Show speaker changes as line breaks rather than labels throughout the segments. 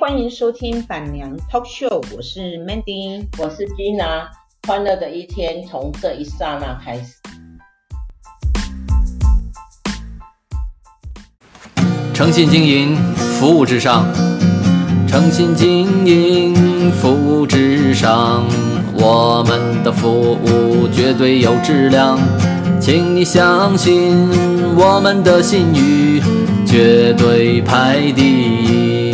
欢迎收听板娘 Talk Show，我是 Mandy。
我是 Gina，欢乐的一天从这一刹那开始。
诚信经营，服务至上。诚信经营，服务至上。我们的服务绝对有质量，请你相信我们的信誉绝对排第一。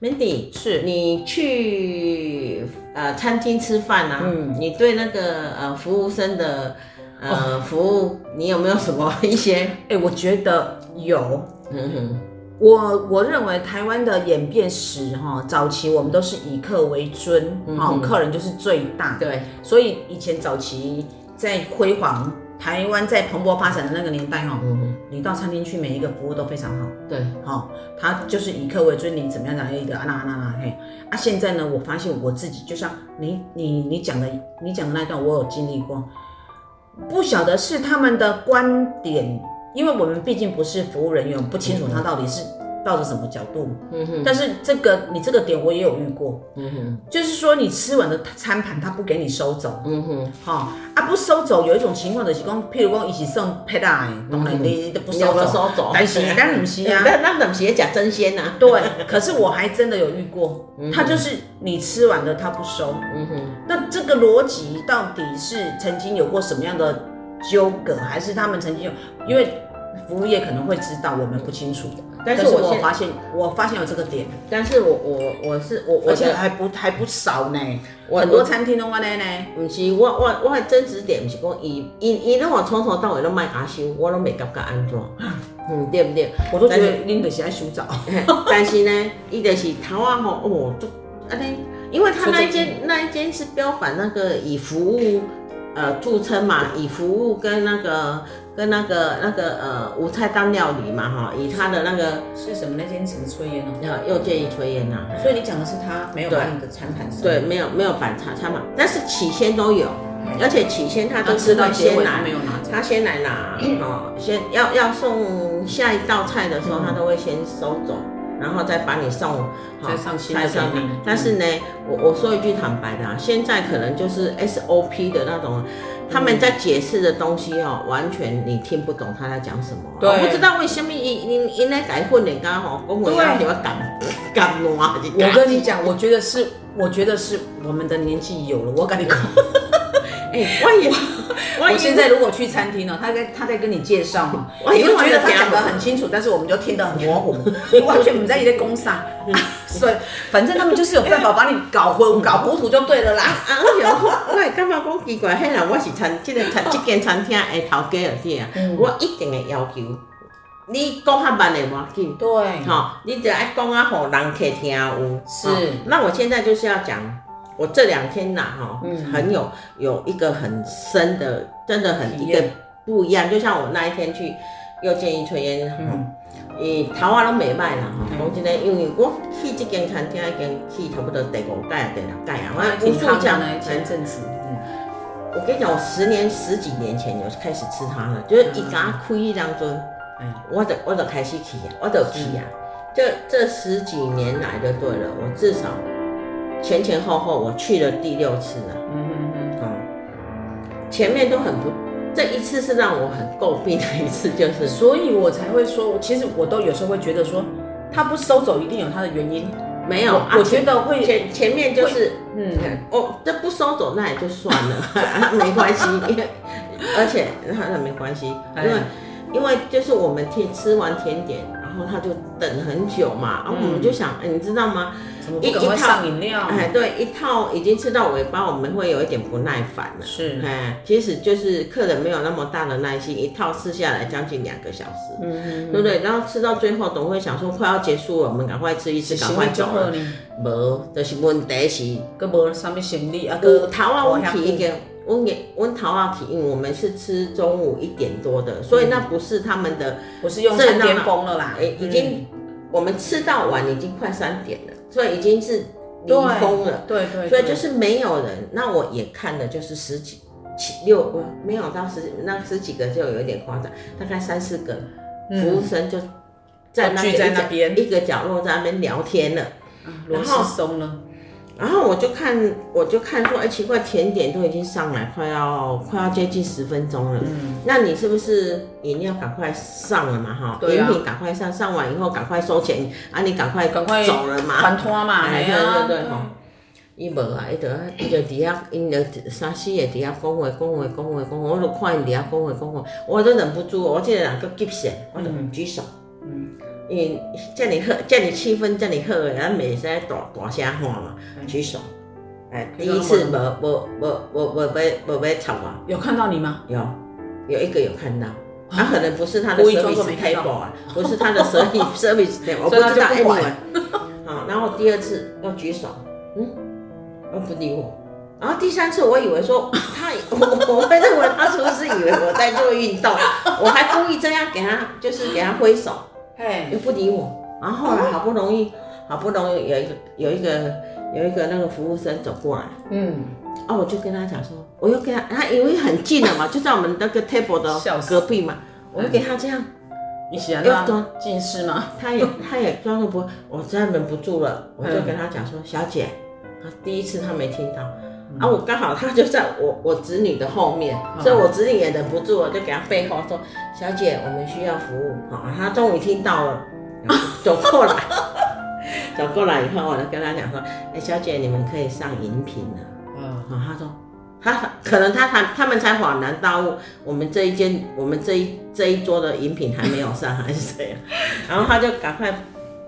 Mandy，
是，
你去呃餐厅吃饭啊？
嗯
你对那个呃服务生的呃、服务，你有没有什么一些？
哎、我觉得有。
嗯哼，
我我认为台湾的演变史哈，早期我们都是以客为尊，哈、
嗯哼
客人就是最大。，
对，
所以以前早期在辉煌台湾在蓬勃发展的那个年代哈，
嗯
你到餐厅去，每一个服务都非常好，
哼，对，
哈、他就是以客为尊，你怎么样讲一个啊那啊那啊那嘿啊。现在呢，我发现我自己就像你你你讲的你讲的那段，我有经历过，不晓得是他们的观点，因为我们毕竟不是服务人员，我们不清楚他到底是抱着什么角度。
嗯哼，
但是这个你这个点我也有遇过，
嗯哼，
就是说你吃完的餐盘他不给你收走，
嗯哼，
哈、啊不收走，有一种情况就是讲，譬如讲伊是送配大的，当然你都不
你有
收
没有
走，
收走？
但是但不是 啊
那那等鞋假真鲜啊呐。
对，可是我还真的有遇过，他就是你吃完了他不收，
嗯哼，
那这个逻辑到底是曾经有过什么样的纠葛，还是他们曾经有？因为服务业可能会知道，我们不清楚。
但
但
是
是我
我现
发现，我发现有这个点，
但是我我我是我我
而且
的
还不还不少呢。
我
很多餐厅都话呢呢，
毋是，我我我的争执点毋是讲伊伊伊拢我从头到尾拢卖甲收，我拢袂感觉安怎，嗯对不对？
我都觉
但是
得拎得起来洗澡。
但是呢，伊就是头啊吼，哦，就安尼，因为他那一间那一间是标榜那个以服务呃著称嘛，以服务跟那个跟那个那个呃无菜单料理嘛哈，以他的那个
是什么那间什么炊烟哦？
呃又建议炊烟呐，
所以你讲的是他没有
对
把你的餐盘收，
对，，没有没有板茶餐嘛，但是起先都有，而且起先他
他
都
啊吃
知
到
道
结
先
尾
来
他。没有拿走。
他先来 拿，哦，先要要送下一道菜的时
嗯
候，他都会先收走，然后再把你送，好
再上新的
菜上
给你
来。但是呢，我我说一句坦白的、啊，现在可能就是 SOP 的那种，啊他们在解释的东西哦，完全你听不懂他在讲什么，啊
对
我不知道为什么因因因来改混人家哦吼，公文要给我赶赶乱，
我跟你讲，我觉得是，我觉得是我们的年纪有了。我跟你讲，
哎，我也，我
我
也
现在如果去餐厅呢，他在他在跟你介绍嘛，你
因为
会觉得
我
他
也
讲得很清楚，但是我们就听得很模糊，你完全不在一个公上，啊所以反正他们就是有办法把你搞混、搞糊涂就对了啦。
啊，我想讲，我会感觉讲奇怪，迄人我是餐即、个餐即间餐厅的头家就对啊，我一定会要求你讲较慢的无要紧，
对，
吼、你就爱讲啊，互人客听有。
是
吼那我现在就是要讲，我这两天呐、哈、
嗯
很有有一个很深的，真的很
体
一个
验
不一样，就像我那一天去又建议炊烟，吼、
嗯
伊头啊拢袂歹啦吼，讲真诶，因为我去即间餐厅已经去差不多第五届、第六届啊，
我
我
还
无
挺
数
胖的
讲，
呢，前
哎
阵子，嗯，
我跟你讲，我十年、十几年前有开始吃它了，就是伊甲我开迄当阵
嗯，
我就我就开始去啊，我就去啊，这这十几年来就对了，我至少前前后后我去了第六次了。
嗯
嗯，前面都很不，这一次是让我很诟病的一次，就是
所以我才会说，其实我都有时候会觉得说，他不收走一定有他的原因。
没有，
我
啊
我觉得会
前前面就是。
嗯，
哦，这不收走那也就算了， 啊没关系，因为而且那那没关系，因为
哎
因为就是我们天吃完甜点，然后他就等很久嘛，然后我们
嗯
就想，哎你知道吗？
怎么
一
不赶快
一套
上饮料？
哎，对，一套已经吃到尾巴，我们会有一点不耐烦了。
是
哎，其实就是客人没有那么大的耐心，一套吃下来将近两个小时，
嗯，
对不对？然后吃到最后，总会想说快要结束了，我们赶快吃一吃，赶快走了。
呢，
无，就是问题是
佮无啥物行李啊，
有
佮
头啊，阮起一个，阮也阮头啊起，因为我们是吃中午一点多的，所以那不是他们的，
我是用餐巅峰了啦，
诶、哎已经、我们吃到晚已经快三点了，所以已经是离峰了，
嗯对对，
所以就是没有人。那我也看了，就是十几七六，我没有到十，那十几个就有点夸张，大概三四个服务生就在那个
嗯聚在那边
一个角落在那边聊天了。
啊螺丝松了，
然后我就看，我就看说，哎，奇怪，甜点都已经上来，快要快要接近十分钟了。
嗯，
那你是不是饮料赶快上了嘛？哈、
对
饮
啊
品赶快上，上完以后赶快收钱啊！你赶快
赶快
走了
还
嘛。
拖嘛，哎
哎
呀，
对对对吼伊无啊，伊就伊就伫遐，因就三四个伫遐讲话，讲话，讲话，讲话，我就看因伫遐讲话，讲话，我都忍不住，哦我这个人够急性，我就
嗯
举手。
嗯，
因遮尔好，遮尔气氛，遮尔好的，咱袂使大大声喊嘛
嗯，
举手。哎，
可
第
以啊让
一次
他
无无无无无无无要吵啊，
有看到你吗？
有有一个有看 到，他、可能不是他的
故意装作没
service
看到
table 啊，不是他的 service service table，我不
所以他
知
就
道
不管
anyway。好， 然后第二次要举手，嗯，他不理我。然后第三次，我以为说 他，我我会认为他是不是以为我在做运动，我还故意这样给他，就是给他挥手，
嘿
又，不理我。然后后
哦
来好不容易，好不容易有一个有一个有一个那个服务生走过来，
嗯，
啊，我就跟他讲说，我又跟他，他因为很近了嘛，就在我们那个 table 的
笑死
隔壁嘛，我就给他这样，
你喜欢
要
那
装
近视吗？
他也他也装作不，我真的忍不住了，我就跟他讲说，小姐，啊，第一次他没听到，啊，我刚好他就在我我子女的后面，所以我子女也忍不住了，就给他背后说，小姐，我们需要服务，好、他终于听到了，然后走过来，走过来以后，我就跟他讲说，哎、小姐，你们可以上饮品了。
啊，
啊，他说他可能他才他们才恍然大悟，我们这一间我们这一这一桌的饮品还没有上，还是怎样？然后他就赶快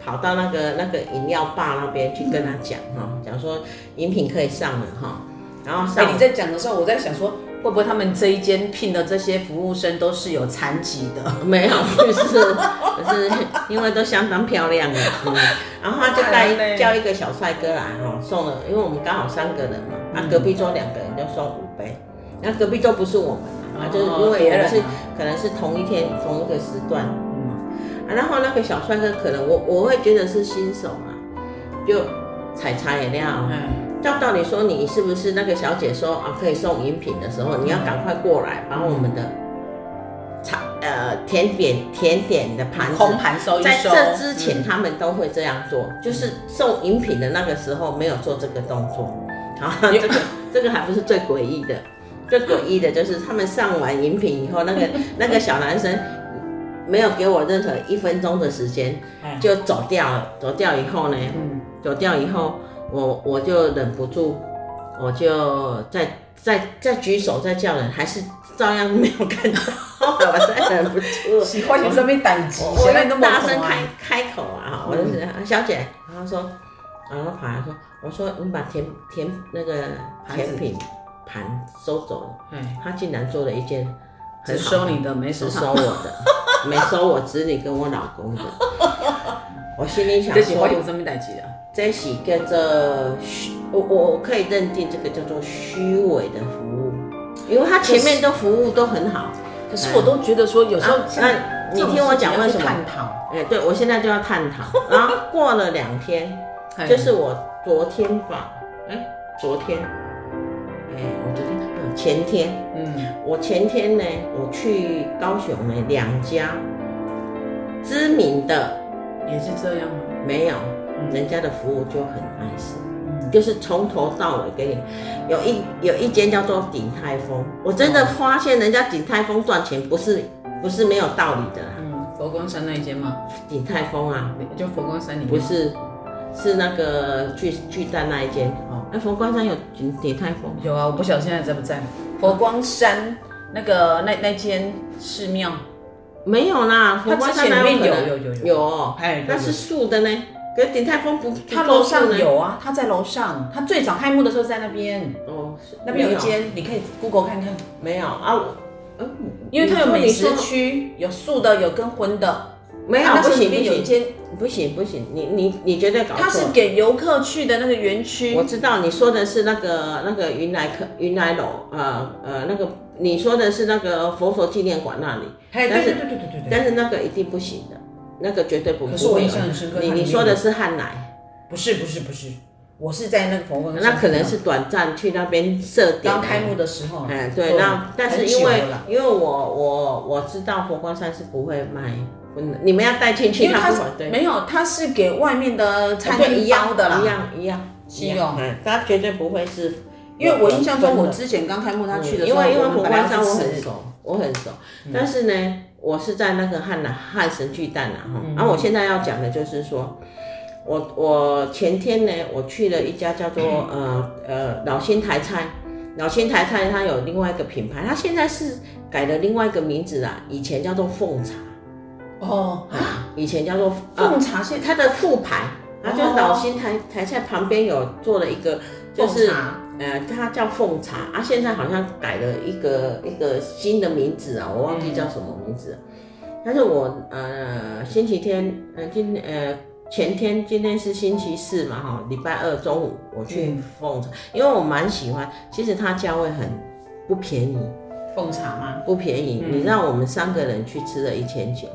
跑到那个那个饮料吧那边去跟他讲哈，讲、说饮品可以上了哈、然后上
哎，你在讲的时候，我在想说，会不会他们这一间聘的这些服务生都是有残疾的？
没有，就是就是因为都相当漂亮的，嗯，然后他就带
太累
一叫一个小帅哥来
嗯
哈、送了，因为我们刚好三个人嘛，那、隔壁桌两个人就送五杯，那隔壁桌不是我们啊，
哦
就是因为
别
我们
人啊
是可能是同一天同一个时段，
嗯
啊，然后那个小帅哥可能我我会觉得是新手啊，就采茶饮料，啊
嗯，
照道理说，你是不是那个小姐说啊可以送饮品的时候，你要赶快过来把我们的茶呃甜点甜点的盘子
嗯空盘收一
在
收。嗯
这之前他们都会这样做，就是送饮品的那个时候没有做这个动作。 好，这个这个还不是最诡异的，最诡异的就是他们上完饮品以后，那 个那个小男生没有给我任何一分钟的时间
哎
就走掉了。走掉以后呢，
嗯，
走掉以后，我我就忍不住，我就再再再举手再叫人，还是照样没有看到，我再忍不住了，
喜欢你这边胆机，
我我
现在你都
就
没有
大声
看
开
啊
开口啊，我就是、啊小姐，然后说，然后跑来说，我说你把甜甜那个
盘子
甜品盘收走了，
哎，
他竟然做了一件很
只
好
收你的没收
只
他
收我的，没收我子女跟我老公 的。我心里想
这
说，
喜欢有这边代机啊，
这是叫做虚，我我我可以认定这个叫做虚伪的服务，因为他前面的服务都很好。
可是我都觉得说有时候
啊
像
那
这种
你听我讲为什
事情
么
要去探讨，
哎、对我现在就要探讨。然后过了两天，
哎
就是我昨天吧，哎、昨天，哎、我昨天呃前天，
嗯
我前天呢，我去高雄呢两家知名的
也是这样吗？
没有
嗯，
人家的服务就很碍事。
嗯
就是从头到尾给你，有一有一间叫做鼎泰丰，我真的发现人家鼎泰丰赚钱不是不是没有道理的啦，
嗯，佛光山那一间吗？
鼎泰丰啊，
就佛光山里面
不是是那个巨巨蛋那一间
哦
哦，哎，佛光山有鼎鼎泰丰，
有啊，我不晓得现在在不在佛光山那个那那间寺庙，
没有啦，佛光山
它之前
哪
里
有
面
可
有
能
有有有
有哦，
哎有有
那是素的呢，可是鼎泰丰不，
他
不做
楼
素呢
上有啊，他在楼上，他最早开幕的时候在那边，
哦，是
那边有一间，你可以 Google 看看，
没有啊，我嗯
因为它有
你说
美食
你说
区，有素的，有跟荤的，
没有
啊那
不
是里
行不
面有一
行
间，
不行不行，你你你绝对搞错了，
它是给游客去的那个园区
我，知道你说的是那个那个云来客云来楼，呃呃，那个你说的是那个佛陀纪念馆那里，
哎
但是
对对
但是那个一定不行的，那个绝对不。
可是我印象很深刻
你
它里
你
面
说
有
的是汉来，
不是不是不是，我是在那个佛光山，
那可能是短暂去那边设点啊哎
刚开幕。的时候，
嗯，对，那但是因
很
为
久了啦
因为我我我知道佛光山是不会卖不能你们要带进去，
因为它
他不
是
管对，哦
没有，它是给外面的餐
对
厅
一样
包的啦，
一样一样，
是
一样
哦
嗯他绝对不会是，
因为我印象中，我
知。
之前刚开幕他去的时
嗯因
候，
为因为
我们
红
本来嗯
花
要
山
去
我
吃
很熟，我很熟，但是呢，我是在那个汉南汉神巨蛋啊，哈、
嗯
然后我现在要讲的就是说，我我前天呢，我去了一家叫做呃呃老仙台菜，老仙台菜它有另外一个品牌，它现在是改了另外一个名字啊，以前叫做凤茶，嗯
哦，
以前叫做呃
凤茶现
它的副牌，它就是
哦
老仙台台菜旁边有做了一个，就
凤
是
茶
呃，它叫凤茶啊，现在好像改了一个一个新的名字啊，我忘记叫什么名字了。但是我呃星期天呃今呃前天今天是星期四嘛哈，礼拜二中午我
嗯
去凤茶，因为我蛮喜欢，其实它价位很不便宜，
凤茶吗？
不便宜。
嗯
你让我们三个人去吃了一千九，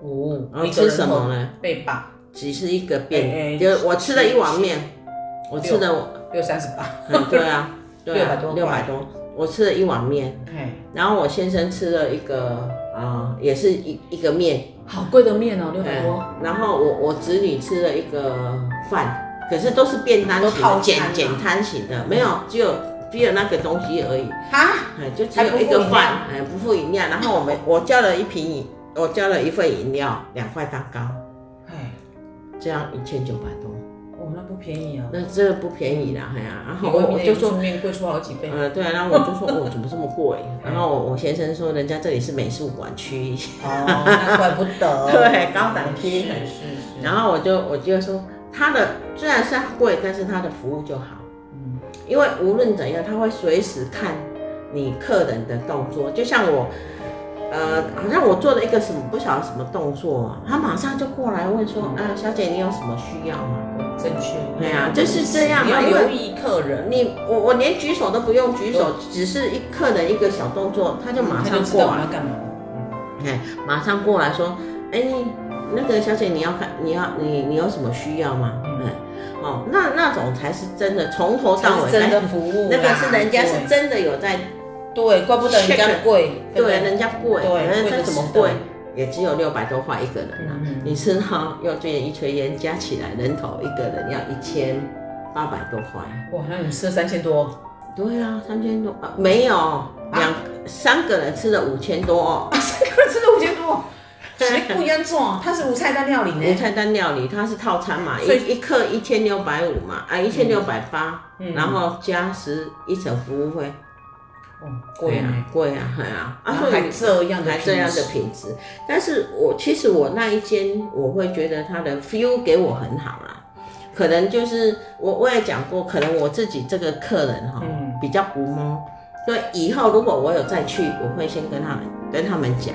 哦，
然后
一个人
吃什么呢
头？被霸
只是一个便，
哎哎
就是我吃了一碗面，我吃了，
六三十八，
嗯，对啊，对啊
600多块
六百多，我吃了一碗面，
哎，
然后我先生吃了一个啊、也是一一个面，
好贵的面哦，六百
嗯
多，
然后我我子女吃了一个饭，可是都是便当
都
型
套
的
餐，
简
啊
简餐型的，没有，只有只有那个东西而已，
哈，
哎，就只有一个饭，哎，不付饮料，然后我们我叫了一瓶饮，我叫了一份饮料，两块蛋糕，
哎，
这样一千九百多，
哦，那不便宜啊，
那这不便宜啦，哎呀、然
比
后
外
我我
面的
就
油
说
醋。面贵出好几倍，
呃，对啊，然后我就说，哦，怎么这么贵？然后我我先生说，人家这里是美术馆区，
哦，那怪不得，
对高档批
是是是，
然后我就我就说，它的虽然是贵，但是它的服务就好，
嗯
因为无论怎样，他会随时看你客人的动作，就像我。呃，好像我做了一个什么不晓得什么动作、啊，他马上就过来问说，啊，小姐你有什么需要吗？
正确，
对啊就是这样
你
嘛
要
因为
留意客人，
你我我连举手都不用举手，只是一客人一个小动作，他就马
嗯他
上
就知
过
道我们
来
要，干嘛了，嗯
哎，马上过来说，哎、那个小姐，你要看，你要你你有什么需要吗？
嗯
嗯，哦，那那种才是真的，从头到
才
尾
是真的
哎
服务
那
啦，
个是人家
对
是真的有在，
对，怪不得人家贵，
对，
不
人家贵，
对
人
贵
家
的
怎么
是的
贵，也只有六百多块一个人啊。
嗯嗯
你知道幼稚园一炊烟加起来人头一个人要一千八百多块，
哇，那你吃了三千多，
对啊，三千多啊，没有两、三个人吃了五千多、哦。
三个人吃了五千多，谁不一样做？它是无菜单料理
无
呢，
菜单料理，它是套餐嘛，
所以
一一克一千六百五嘛，啊一千六百八
嗯，
然后加十一层服务费，
哦，贵
啊
呢，
贵啊，哎呀，
然
啊
后
所以
还这样的
还这样的
品质
品质，但是我其实我那一间我会觉得它的 feel 给我很好啦，可能就是我我也讲过，可能我自己这个客人哈、
嗯
比较不摸，所以以后如果我有再去，我会先跟他们跟他们讲。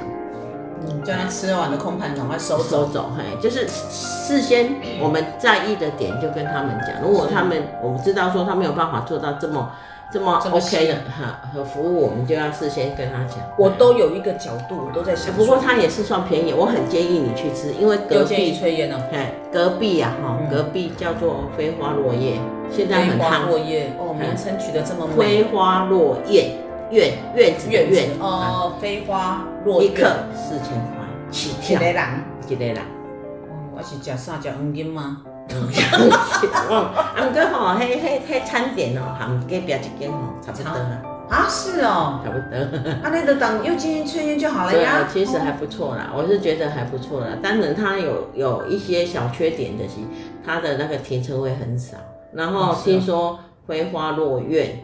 嗯，叫他吃完的空盘赶快收
走走
走，
走，嘿，就是事先我们在意的点就跟他们讲，如果他们我们知道说他没有办法做到这么这么
这么
OK 的
细
哈和服务，我们就要事先跟他讲。
我都有一个角度，我都在想
不
说，
过他也是算便宜，我很建议你去吃，因为隔
又建议
壁
炊烟了，
嘿隔壁呀、哈、
嗯
隔壁叫做飞花落叶，现在很
花落
夯，
叶，哦，名称取得这么
飞
美，
花落叶院院子的
院
院
子，哦，飞花落
嗯一
叶，
克四千块起
一
跳，
个人，
一 个人。
哦，我是吃啥？吃黄金吗？
哦，啊，毋过啊吼，迄迄迄餐点哦，含隔壁一间吼，差不多啦，
啊，是哦，
差不多。
啊，那个等又进行炊烟就好了
嗯对啊
呀，，哦
其实还不错啦，我是觉得还不错啦。当然，它有有一些小缺点的是，它的那个停车位很少。然
哦
后
是啊
听说飞花落院里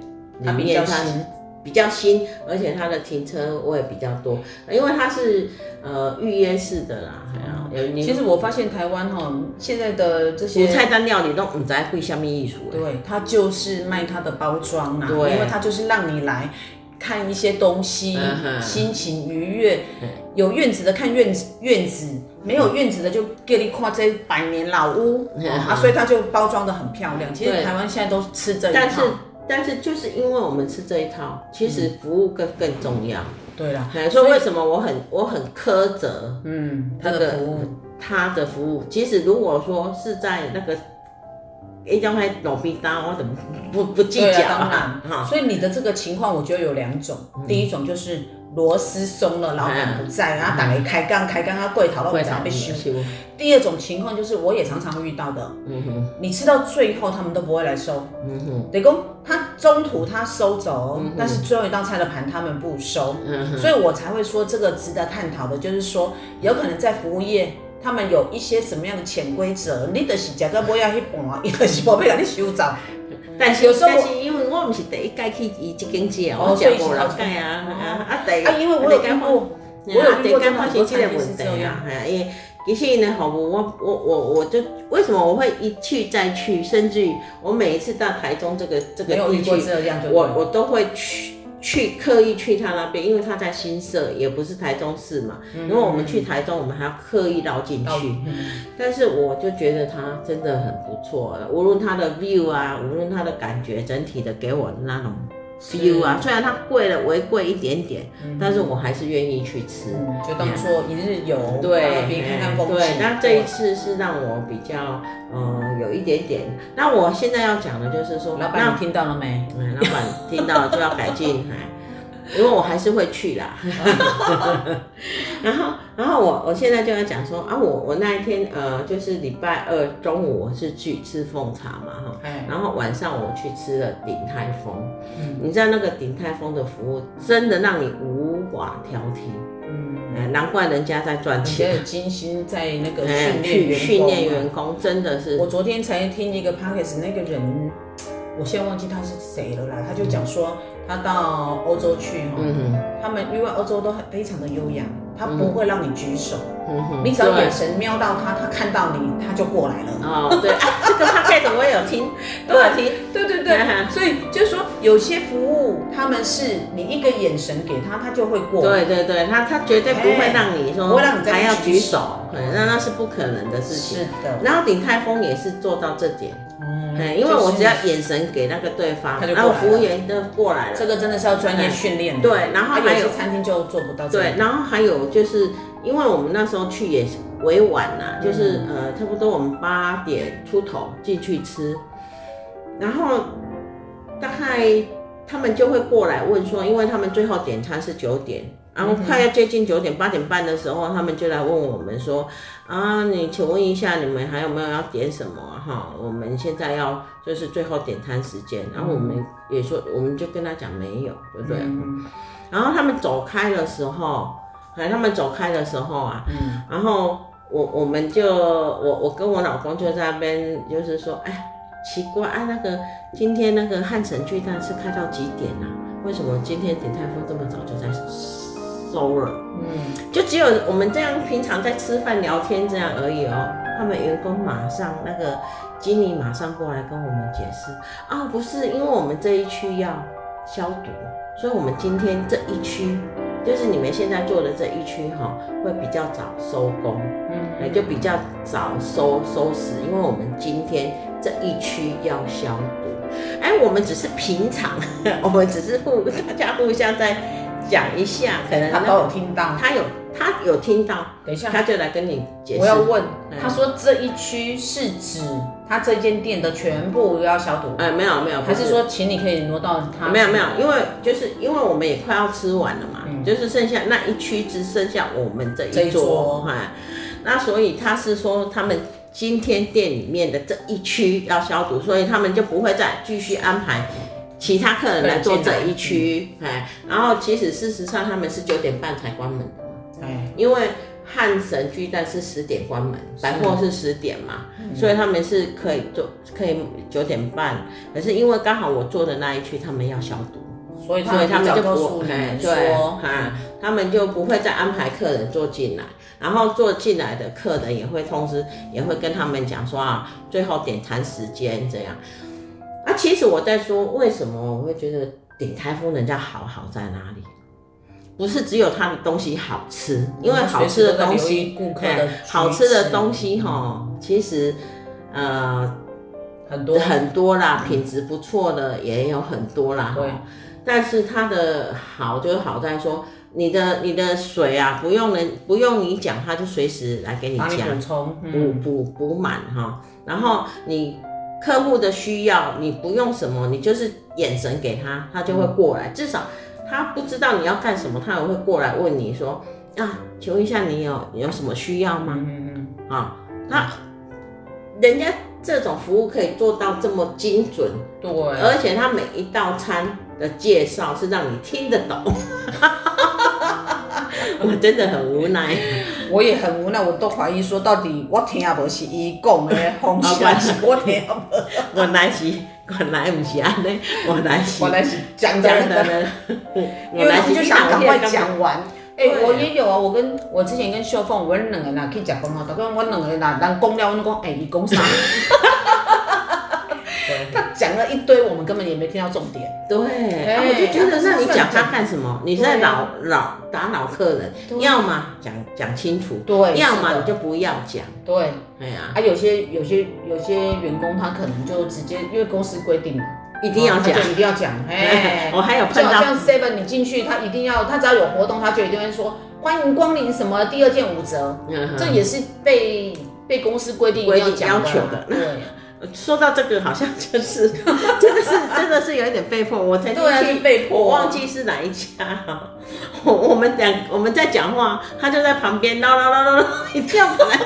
它比
面
较
它
新
比较新，而且它的停车位比较多，因为它是呃预约式的啦，还啊，有你
其实我发现台湾哈、现在的这
有
些
菜单料理都唔知会什么意思的。
对，它就是卖它的包装啦、
对
因为它就是让你来看一些东西，
嗯哼
心情愉悦
嗯。
有院子的看院子，院子没有院子的就给你看这百年老屋、
嗯
哦
哼
啊，所以它就包装的很漂亮。其实
对
台湾现在都吃这一套，
但是但是就是因为我们吃这一套，其实
嗯
服务更更重要。
对啦，
哎所以为什么我很我很苛责
嗯，它
那
的
个
服务，
他的服务？其实如果说是在那个。一张还老逼单，我怎么不不计
对
较
啊，当然。
哈，嗯
所以你的这个情况，我觉得有两种，第一种就是螺丝松了，老板不在，然后打雷开杠，开杠要跪讨到
会
然后被
修
修。，第二种情况就是我也常常遇到的，
嗯哼，
你吃到最后他们都不会来收，
嗯哼，
等于说他中途他收走，但是最后一道菜的盘他们不收，
嗯哼，
所以我才会说这个值得探讨的，就是说有可能在服务业。他们有一些什么样的潜规则？你就是食到尾要去盘，伊就是无要甲你收走。
但是
有时候我
但是因为我唔是第一届去伊即间食，
哦
我
所
食
以是
过六
好
届啊，啊啊第
啊，因为我有遇过，我有
我
遇
有刚
过真的
发
很
现这
多餐
个
厅
问
是
题
这样
啊，。哎，也其实呢，好，我我我我就为什么我会一去再去，甚至于我每一次到台中这个这个
没有
地
遇过
区，
这样就对
我我都会去去刻意去他那边，因为他在新社，也不是台中市嘛。
嗯
如果我们去台中，我们还要刻意绕进
到
去。
嗯
但是我就觉得它真的很不错，啊无论它的 view 啊，无论它的感觉，整体的给我的那种 feel 啊，虽然它贵了，微贵一点点，但是我还是愿意去吃。
嗯就当做一日游，
对
嗯到那，边看看风景。啊
对，那这一次是让我比较，嗯，有一点点。那我现在要讲的就是说，
老板，你听到了没？
那嗯老板听到了就要改 进，哎，因为我还是会去啦。 然后，然后我我现在就要讲说啊，我我那一天呃，就是礼拜二中午我是去吃凤茶嘛哈，
哎，
然后晚上我去吃了鼎泰丰，
嗯
你知道那个鼎泰丰的服务真的让你无法挑剔，
嗯，
哎，难怪人家在赚
而且
钱。
有精心在那个
哎
训练
去
员
训练员
工。啊
工真的是
我昨天才听一个 podcast，那个人，我现在忘记他是谁了啦，他就讲说他到欧洲去哈，
嗯
他们因为欧洲都很非常的优雅，他不会让你举手，
哼嗯哼
你只要眼神瞄到他，他看到你，他就过来了。
哦，对，啊这个 podcast 我也有听，我有听，，
对啊对 对所以就是说，有些服务他们是你一个眼神给他，他就会过。，
对对对，他他绝对不会
哎
让你说，
不会让你再去
还要举
举
手
手，
哎那那是不可能的事
是
情。
的。
然后鼎泰丰也是做到这点，
嗯
哎，因为我只要眼神给那个对方，
他就
然后
过来
服
了
务员就过来了。
这个真的是要专业训练的。
对然后
啊
还有
有些餐厅就做不到这
对，
个。
然后还有就是，因为我们那时候去也是委婉啦，
嗯
就是呃，差不多我们八点出头进去吃，然后大概他们就会过来问说，因为他们最后点餐是九点。
嗯
然后快要接近九点八点半的时候，他们就来问我们说：“啊，你请问一下，你们还有没有要点什么啊哈？我们现在要就是最后点餐时间。”然后我们也说，我们就跟他讲没有，对不对？
嗯
然后他们走开的时候，哎，他们走开的时候啊，
嗯
然后我我们就我我跟我老公就在那边就是说，哎，奇怪啊，那个今天那个汉城巨蛋是开到几点啊？为什么今天鼎泰丰这么早就在收了？
嗯，
就只有我们这样平常在吃饭聊天这样而已哦。他们员工马上那个经理马上过来跟我们解释啊，不是因为我们这一区要消毒，所以我们今天这一区就是你们现在做的这一区哈、会比较早收工，
嗯
哎，就比较早收收拾，因为我们今天这一区要消毒。哎，我们只是平常， 我们只是互大家互相在讲一下，可能
他
那
都有听到。
他有他有听到，
等一下，
他就来跟你解释。
啊我要问
嗯，
他说这一区是指他这间店的全部要消毒，
哎，没有没有，
还
不
是说请你可以挪到他？
没有没有，因为就是因为我们也快要吃完了嘛，
嗯
就是剩下那一区只剩下我们这
这
一
一
桌
桌，
哎，那所以他是说他们今天店里面的这一区要消毒，所以他们就不会再继续安排。其他客人来做这一区，哎，然后其实事实上他们是九点半才关门的嘛，
哎，
因为汉神巨蛋是十点关门，百货是十点嘛，所以他们是可以做，可以九点半。可是因为刚好我做的那一区，他们要消毒，
所以
所以他
提
们
早
就
告
不
诉你
哎
们
对
说，
啊，他们就不会再安排客人坐进来，然后坐进来的客人也会通知，也会跟他们讲说啊，最后点餐时间这样。那、其实我在说，为什么我会觉得鼎泰丰人家好好在哪里？不是只有他的东西好吃，因为好吃的东
嗯随时
西
都在留意，顾客的
哎
举止
好吃的东西哈，其实呃
很多
很多啦，品质不错的也有很多啦。
对
齁但是它的好就是好在说，你的你的水啊，不用人不用你讲，它就随时来给你
帮你
加
补充，
补
嗯，
补补满哈。然后你
嗯
客户的需要，你不用什么，你就是眼神给他，他就会过来。至少他不知道你要干什么，他也会过来问你说啊，请问一下你有有什么需要吗？
嗯嗯
啊，那人家这种服务可以做到这么精准，
嗯，对，
而且他每一道餐的介绍是让你听得懂， 我真的很无奈。
我也很无奈，我都怀疑说到底我听啊不是伊讲的方向，还是我听啊无，
原来是原来不是安尼，原来是
我来是讲
讲的
的。
人，
因
原
为
来
他们
是
就想赶快讲
完。
完。哎、
对
我也有啊，我跟我之前跟秀凤，我们两个人去食公吼，大概我两个人呐，人讲了，我们讲哎，伊讲啥？他讲了一堆，我们根本也没听到重点。
对，
哎
啊我就觉得，那你讲
他
他干什么？你是在扰扰打扰客人，要么讲讲清楚，
对
要
是
么
的
你就不要讲。
对，
哎呀，
啊，有些有些有些员工他可能就直接，因为公司规定嘛，
一定要讲
哦他就一定要讲。哎、
我还有碰
就好
到
像 Seven，你进去他一定要，他只要有活动，他就一定会说欢迎光临什么第二件五折，
嗯哼
这也是被被公司规定一定要讲
规定要
啊
求的
对。
说到这个，好像 就是真的是真的是有一点被迫。我曾经
对啊
去
是被迫啊
我忘记是哪一家 了。我我们两我们在讲话，他就在旁边唠唠唠唠唠， 一定要把来。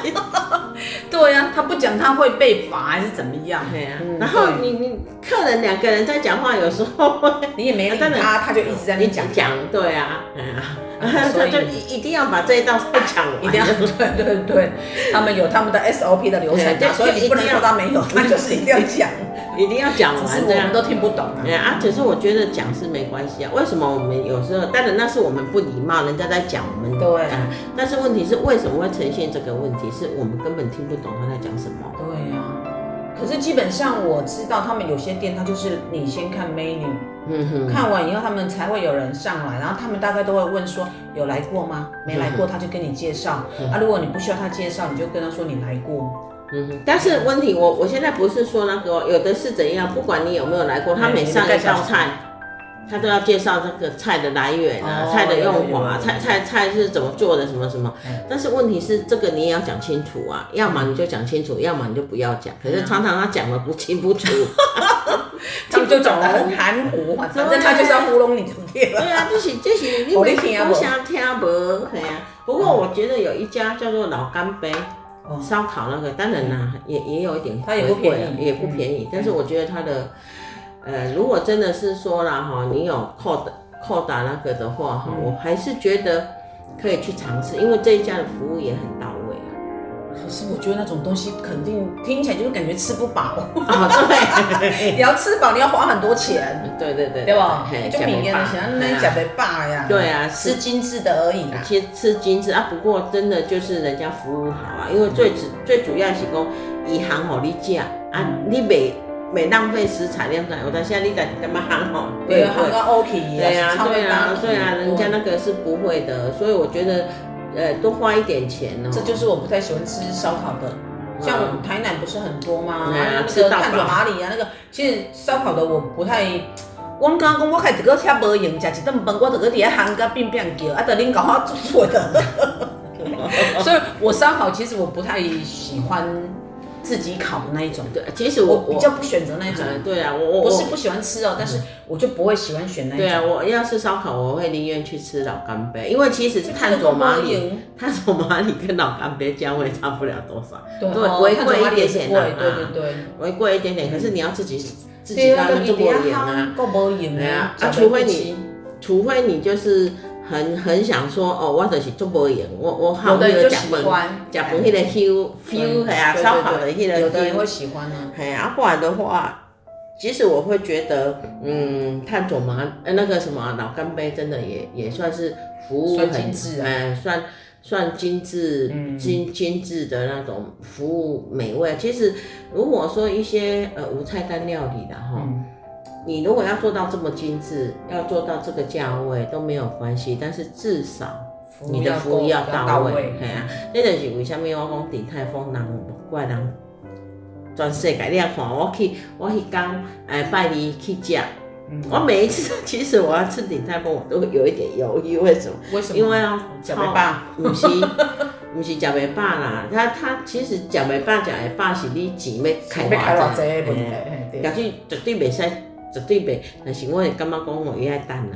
对呀、他不讲他会被罚还是怎么样？
对啊
嗯
然后
对
你你客人两个人在讲话，有时候会
你也没理
当然
啊他，他就一直在那
你
边讲
讲，讲，对啊，哎呀，
啊 所
他
以
就一一定要把这一道菜讲完，啊
一定要对对对，他们有他们的 SOP 的流程
对
啊，
就
所以你不能
一定
说
要
他没 有，他就是一定要讲，
一定要讲
只是
完
我
这
们
样。
都听不懂啊
哎。呀啊，只是我觉得讲是没关系啊。为什么我们有时候，当然那是我们不礼貌，人家在讲我们
对
啊但是问题是为什么会呈现这个问题？是我们根本听不懂他在讲什么。
对呀、可是基本上我知道，他们有些店，他就是你先看 menu，、
嗯哼，
看完以后他们才会有人上来，然后他们大概都会问说有来过吗？没来过他就跟你介绍、啊，如果你不需要他介绍，你就跟他说你来过，
嗯哼。但是问题我我现在不是说那个哦，有的是怎样，不管你有没有来过，他
哎
每
你
上
盖
一
小
道
菜
菜。他都要介绍这个菜的来源啊，
哦
菜的
有有
用
有
法啊，
有
菜菜菜是怎么做的，什么什么
嗯。
但是问题是，这个你也要讲清楚啊，要么你就讲清楚，要么你就不要讲。可
嗯
是常常他讲的不清不楚，
他们就讲的很含糊，反正他就是要糊弄你就对了。
对啊，这是这是你
哦你
们
听
听
啊
不想听无，系啊。不过我觉得有一家叫做老干杯
哦
烧烤那个，当然啦，也也有一点
它也不
贵贵
便宜嗯
啊也不便宜。但是我觉得它的，呃，如果真的是说啦哈，你有扣打扣打那个的话哈，
嗯
我还是觉得可以去尝试，因为这一家的服务也很到位啊。
可是我觉得那种东西肯定听起来就是感觉吃不饱，
啊，
你要吃饱你要花很多钱，
对对 对对，
对吧？哎
嘿
就明年的钱，
啊
那假的爸呀，
对啊
吃精致的而已啦。
其实吃金子啊，不过真的就是人家服务好啊，因为最主
嗯
最主要是讲伊行互你食啊，你袂袂浪费食材量在，有当啊下你在干嘛行吼？
对啊，韩国 OK
对呀、
超
对
会嗯搭
啊，
配
对啊，人家那个是不会的，所以我觉得，呃，多花一点钱哦，
这就是我不太喜欢吃烧烤的。像我们台南不是很多吗？
嗯对啊
那
吃
个
到饱
碳水马里啊，那个其实烧烤的我不太。我刚刚讲我开一个车无闲，食一顿饭我就搁伫咧喊甲变变叫，啊，等恁搞我做错 的。所以，我烧烤其实我不太喜欢自己烤的那一种，
对，其实我
我比较不选择那一种。
呃对啊，我我
不是
我
不喜欢吃哦，但是我就不会喜欢选那一
对
种。
啊，我要是烧烤，我会宁愿去吃老干杯，因为其实碳
这
佐
个
马
不
里
赢，
碳佐马里跟老干杯价位差不了多少，
哦
微
碳水
贵
麻
一
里也
点
是
点
贵
啊，
对对对。
微贵一点点，可是你要自己自己
对
到
啊，
那
都
做
一定
盐
要
啊，
够无用
对啊
啊，
啊除非你除非你就是很很想说哦，我就是做无盐，我我好
有的人就
食
喜
饭
欢
食饭迄个 feel
嗯
feel 系啊，烧烤的迄
有
个
的人会
feel，
喜欢呢。
系啊，不然的话。其实我会觉得，嗯，碳佐麻呃那个什么老干杯真的也也算是服务很
算精致啊嗯
哎算算精致、精精致的那种服务美味。其实如果说一些呃无菜单料理的哈，
嗯
你如果要做到这么精致，要做到这个价位都没有关系，但是至少
服务
你的
嗯要
服务
够
要
要
到
到
位
位。
嘿啊，这就是为什么我讲鼎泰丰人怪人，全世界你也啊看，我去我去讲哎拜二去吃，我每一次其实我要吃鼎泰丰，我都会有一点犹豫，为什么？
为什么？
因为啊要
吃不饱，
不是。不是食袂饱啦，他他其实食袂饱，食会饱是你钱要开
要开偌
偌
济
济
的问
嘿
题，
但
嘿
是绝对袂使，绝对袂。但是我会感觉讲，我伊爱等啊，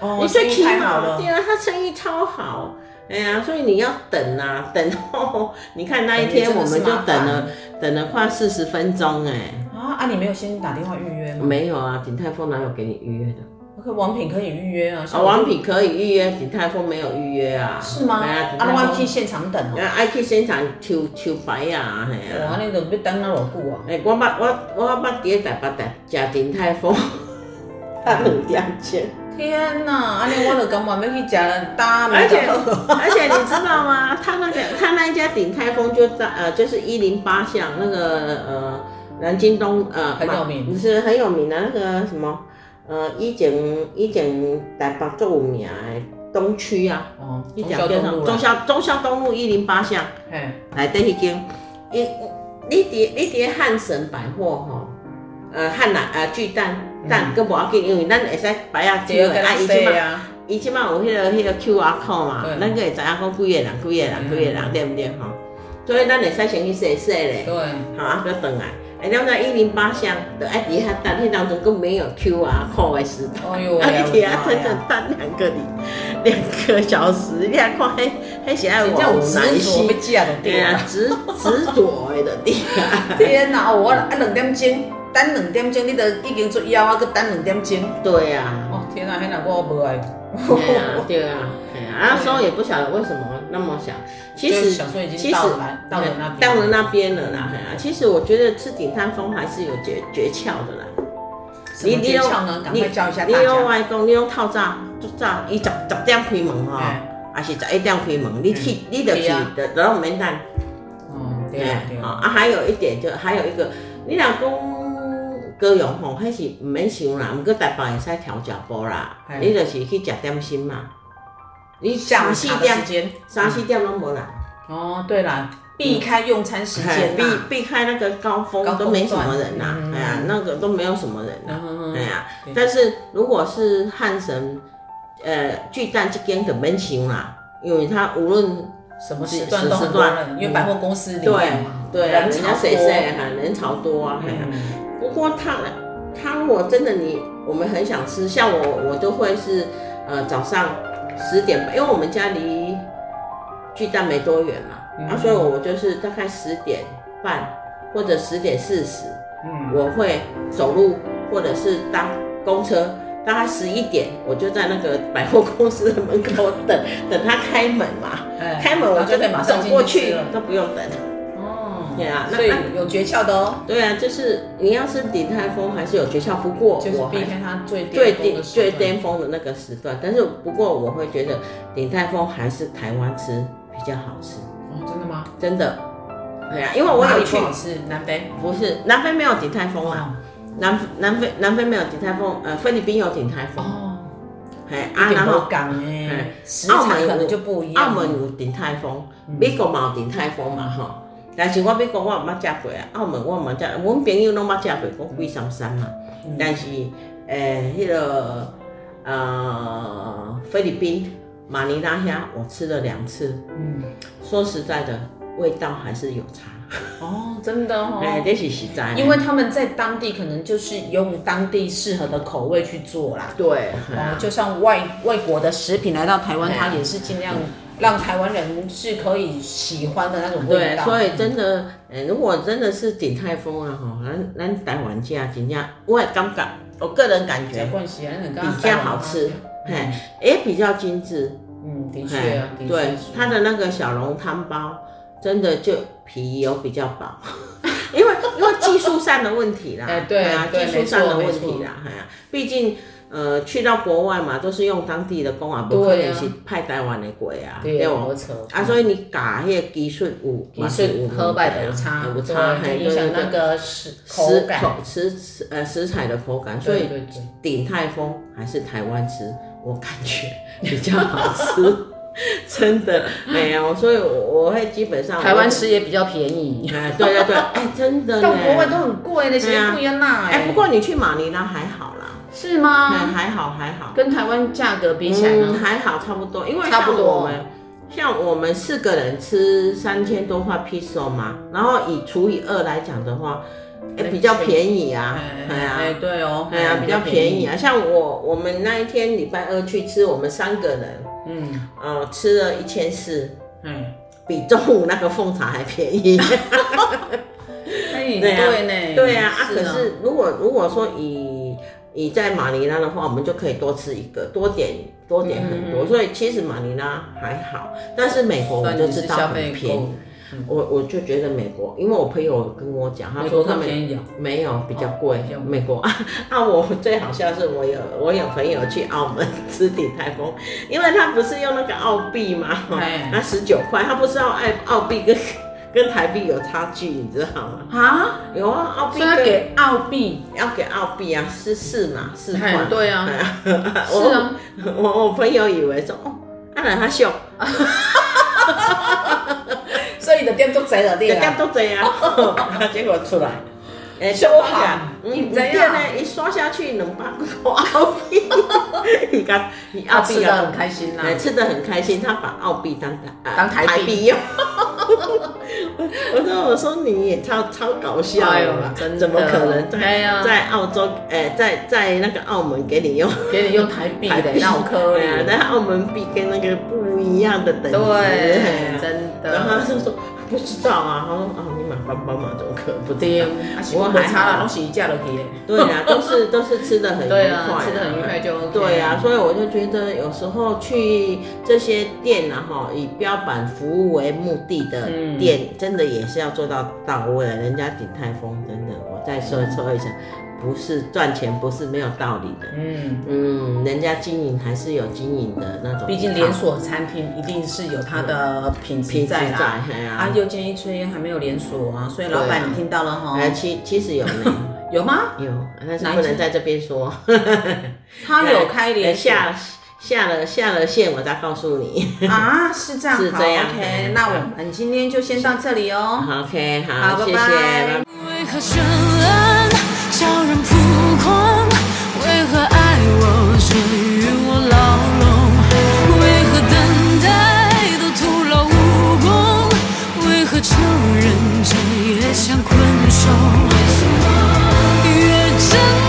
哦
你最
生意
起
太
码
好了
对啊，他生意超好。哎呀，所以你要等啊， 等到你看那一天我们就
真的是
等
麻
了，等了快四十分钟哎、
啊啊！你没有先打电话预约吗？
没有啊，鼎泰丰哪有给你预约的？
可王品可以预约啊，
啊、
像我
王品可以预约，鼎泰丰没有预约啊。
是吗？
哎呀，
啊
鼎，
那我
泰
要去哦
丰，
现场等哦。
啊，爱去现场抽抽牌啊，嘿啊。哎
哇，那个要等那偌久啊？
诶、我捌我我捌伫咧台北台食鼎泰丰， 搭两点钟。
天哪，安尼我就感觉要去食大
而
米
且
糕。
而且你知道吗？ 他那个他那一家鼎泰丰就在呃，就是一零八巷那个呃南京东呃
很有名
不是很有名的那个什么呃以前以前台北最有名的东区啊，
哦，
一
中啊
条
小
街
东
上
路
中
啦。
校中校东路一零八巷
嘿，
来第一间，你你伫你伫汉神百货吼。呃，汉南呃巨蛋蛋，佫无要紧，因为咱会使摆啊
这嗯个跟他
伊即
说
摆
啊，
伊即摆有迄、个迄、个 QR code 嘛
对，
咱个会知影讲几个人、几个人、
嗯
几个人，对毋对吼？所以咱会使先去说说咧，
对，
好啊，搁转来。哎，了那一零八巷，就爱伫遐等，迄当中佫没有 QR code 的时代，
哎呦
啊，
喂，
你伫遐等等等两个礼两个小时，你还看迄迄是爱
人家
往
有执
南
着
西
要，食就
对
对
啊
啦。，
执执着的就 对啊，
天哪，哦我啊两点钟，等两点钟，你都已经做枵啊，搁等两点钟。
对啊，
哦，天哪，迄若我无爱。
对啊，对啊，对啊，啊那时候也不晓得为什么那么想，其
就
实
想说已经
其实
到了啦到了那边
到了那边了啦。嘿啊其实我觉得吃鼎泰丰还是有诀诀窍的啦。
什么诀窍呢？赶快教一下大
你用
家。
外公，你用透早足早，伊十十点开门吼，
哎
还是十一点开门，你去你就
嗯对
去
啊，
就就免等。
哦，对啊，对
嘿
啊。
啊，还有一点就还有一个，你若讲高雄吼，迄是毋免想啦，毋过台北会使调食步啦
嘿，
你就是去食点心嘛。你
下午
三四
茶的
点
时，间。
三四点拢无啦。
哦，对啦，避开用餐时
哎
间
避
啦。
避开那个高峰
高峰
都没什么人呐、
段
哎呀，那个都没有什么人呐、
嗯嗯嗯嗯
哎呀
对，
但是如果是汉神，呃，巨蛋这边的门型啦，因为它无论
什么时段都很多人，因为百货公司里
对
面嘛，
对啊，
人
人
潮
家谁
多。
谁哈人潮多啊，哎呀，
嗯
不过汤汤我真的你我们很想吃，像我我就会是呃早上十点半，因为我们家离巨蛋没多远嘛，
嗯
啊，所以我就是大概十点半或者十点四十。
嗯，
我会走路或者是搭公车，大概十一点我就在那个百货公司的门口等 等他开门嘛，
哎
开门我
然后
就
就可以马上
走过
进去
去
吃了
都不用等。
哦，
对啊那
所以有诀窍的哦，
对啊，就是你要是鼎泰丰还是有诀窍，不过
就是
我
避
还
开它最
最
巅峰
巅
的时
最
段。
巅峰的那个时段，但是不过我会觉得鼎泰丰还是台湾吃比较好吃，
哦，真的吗？
真的。对啊，因为我
哪
有
里
去
不，好吃南非。
不是南非没有鼎泰丰啊，南南非南非没有鼎泰丰，呃，菲律宾有鼎泰丰。
哦，
哎啊，
啊，
然
然后
后
港哎
哎，
食
澳
材
门
可
有
能就不一样。
澳门有鼎泰丰，
嗯
美国嘛有鼎泰丰嘛吼。但是我美国我毋捌食过啊，澳门我毋捌食，阮朋友拢捌食过，讲几三三嘛。
嗯
但是诶，迄、个呃菲律宾马尼拉遐，我吃了两次，
嗯，
说实在的，味道还是有差。
哦，真的哦。
哎、这是实在的。
因为他们在当地可能就是用当地适合的口味去做啦。
对，啊
哦，就像外外国的食品来到台湾，
对啊
它也是尽量让台湾人是可以喜欢的那种味
对，
道。嗯
所以真的，诶、如果真的是鼎泰丰啊，吼，咱咱台湾吃真正，我也感觉，我个人感
没
觉
关系啊，嗯那你刚刚
比较好吃，嘿，也比较精致，
嗯，的确
嘿
啊，的确
对
是，
它的那个小笼汤包，真的就皮有比较薄， 因为因为技术上的问题啦，
哎对
啊，技
对
术上的问
没错
题
没
啦，哎呀，毕竟。呃，去到国外嘛，都是用当地的工啊，不可
对啊
能是派台湾的过啊，
对啊，
不
我扯
啊，所以你教迄个技术有，啊
也是喝败的有差，
有
对
差，
就
嘿
影响那个食口
食
感。
口食呃食材的口感，所
对
以
对对，
鼎泰丰还是台湾吃，我感觉比较好吃， 真的没有，所以我我会基本上
台湾吃，也比较便 宜，
哎，对对对，哎，真的
到国外
呢，
都很贵的，其
对
实
啊
不一样啦。
哎，不过你去马尼拉还好啦，
是
哎，
吗？
还好还好，
啊跟台湾价格比起来呢
嗯，？还好差不多，因为
差不
像
多
我们像我们四个人吃三千多块 p i s o 嘛，然后以除以二来讲的话，哎比较便宜啊
哎，
哎
哎，
呀，
对哦，
哎呀，比较便宜啊。像我我们那一天礼拜二去吃，我们三个人，
嗯，
呃，吃了一千四，
哎，
比中午那个凤茶还便宜。
哎，
对啊
对 呢，
对啊，啊，可
哦
是如果如果说以以在马尼拉的话，我们就可以多吃一个，多点多点很多，
嗯
所以其实马尼拉还好，但是美国我
算
就
你是
知道
消
很
费
便
够
宜，，我我就觉得美国，因为我朋友跟我讲，他
美
说
国
他
更
们
便宜哦，
没有比较贵
比较，贵
美国 啊，我最好笑是我有我有朋友去澳门吃鼎泰丰，因为他不是用那个澳币嘛，哦
哎
那十九块，他不知道澳澳币跟 跟台币有差距，你知道吗？
啊，
有啊，澳币
所以要
跟
给澳币，
要给澳币啊，是四嘛，四块
哎，。对啊，是
是
啊，
我我朋友以为说，哦，啊来他秀，
所以就点足侪就
大
对啊
家
啦，
都这 样，结果出来，哎，
修
我
好
讲
你
你你啊
怎样
店呢？一刷下去两百块澳币，你看你澳
啊，吃
币
的很
啊，
开心啦，
哎，吃的很开心，他把澳币当台
当台币
用。我说我说你也超超搞笑
哎呦
的嘛，
真的
怎么可能在、
哎呀
在澳洲哎、在在那个澳门给你用
给你用台币
台
的，
币
哎那我可
对啊，
怜，
但澳门币跟那个不一样的等级。哎
对，真
然后他
的，
就说不知道啊，他说啊，你买帮帮嘛，怎么可能不知
对
道？，
啊，是我没差啦，拢是一价就去的，
对啊，都是都是吃的很愉快、
对啊，吃的很愉快。就 OK，
对啊，，所以我就觉得有时候去这些店啊，哈，以标榜服务为目的的
嗯
店，真的也是要做到到位。啊人家鼎泰丰真的，我再说说一下，不是赚钱不是没有道理的。
嗯。
嗯，人家经营还是有经营的那种，
毕竟连锁餐厅一定是有它的品质
品质
在
在，
啦。
嘿
啊
啊，，
又建议吹还没有连锁啊，所以老
对啊
板你听到了哈
哎，，其其实有呢，
有吗？
有，但是
哪一
不能
间
在这边说。
他有开连 锁
下下了下了线，我再告诉你。
啊，是这样，
是
好
这样
OK，那我们今天就先到这里哦。
OK，好，
好
谢谢，
拜拜
拜拜
为何绚烂，叫人扑空？为何爱我只与我牢笼？为何等待都徒劳无功？为何承认这也像困兽？越挣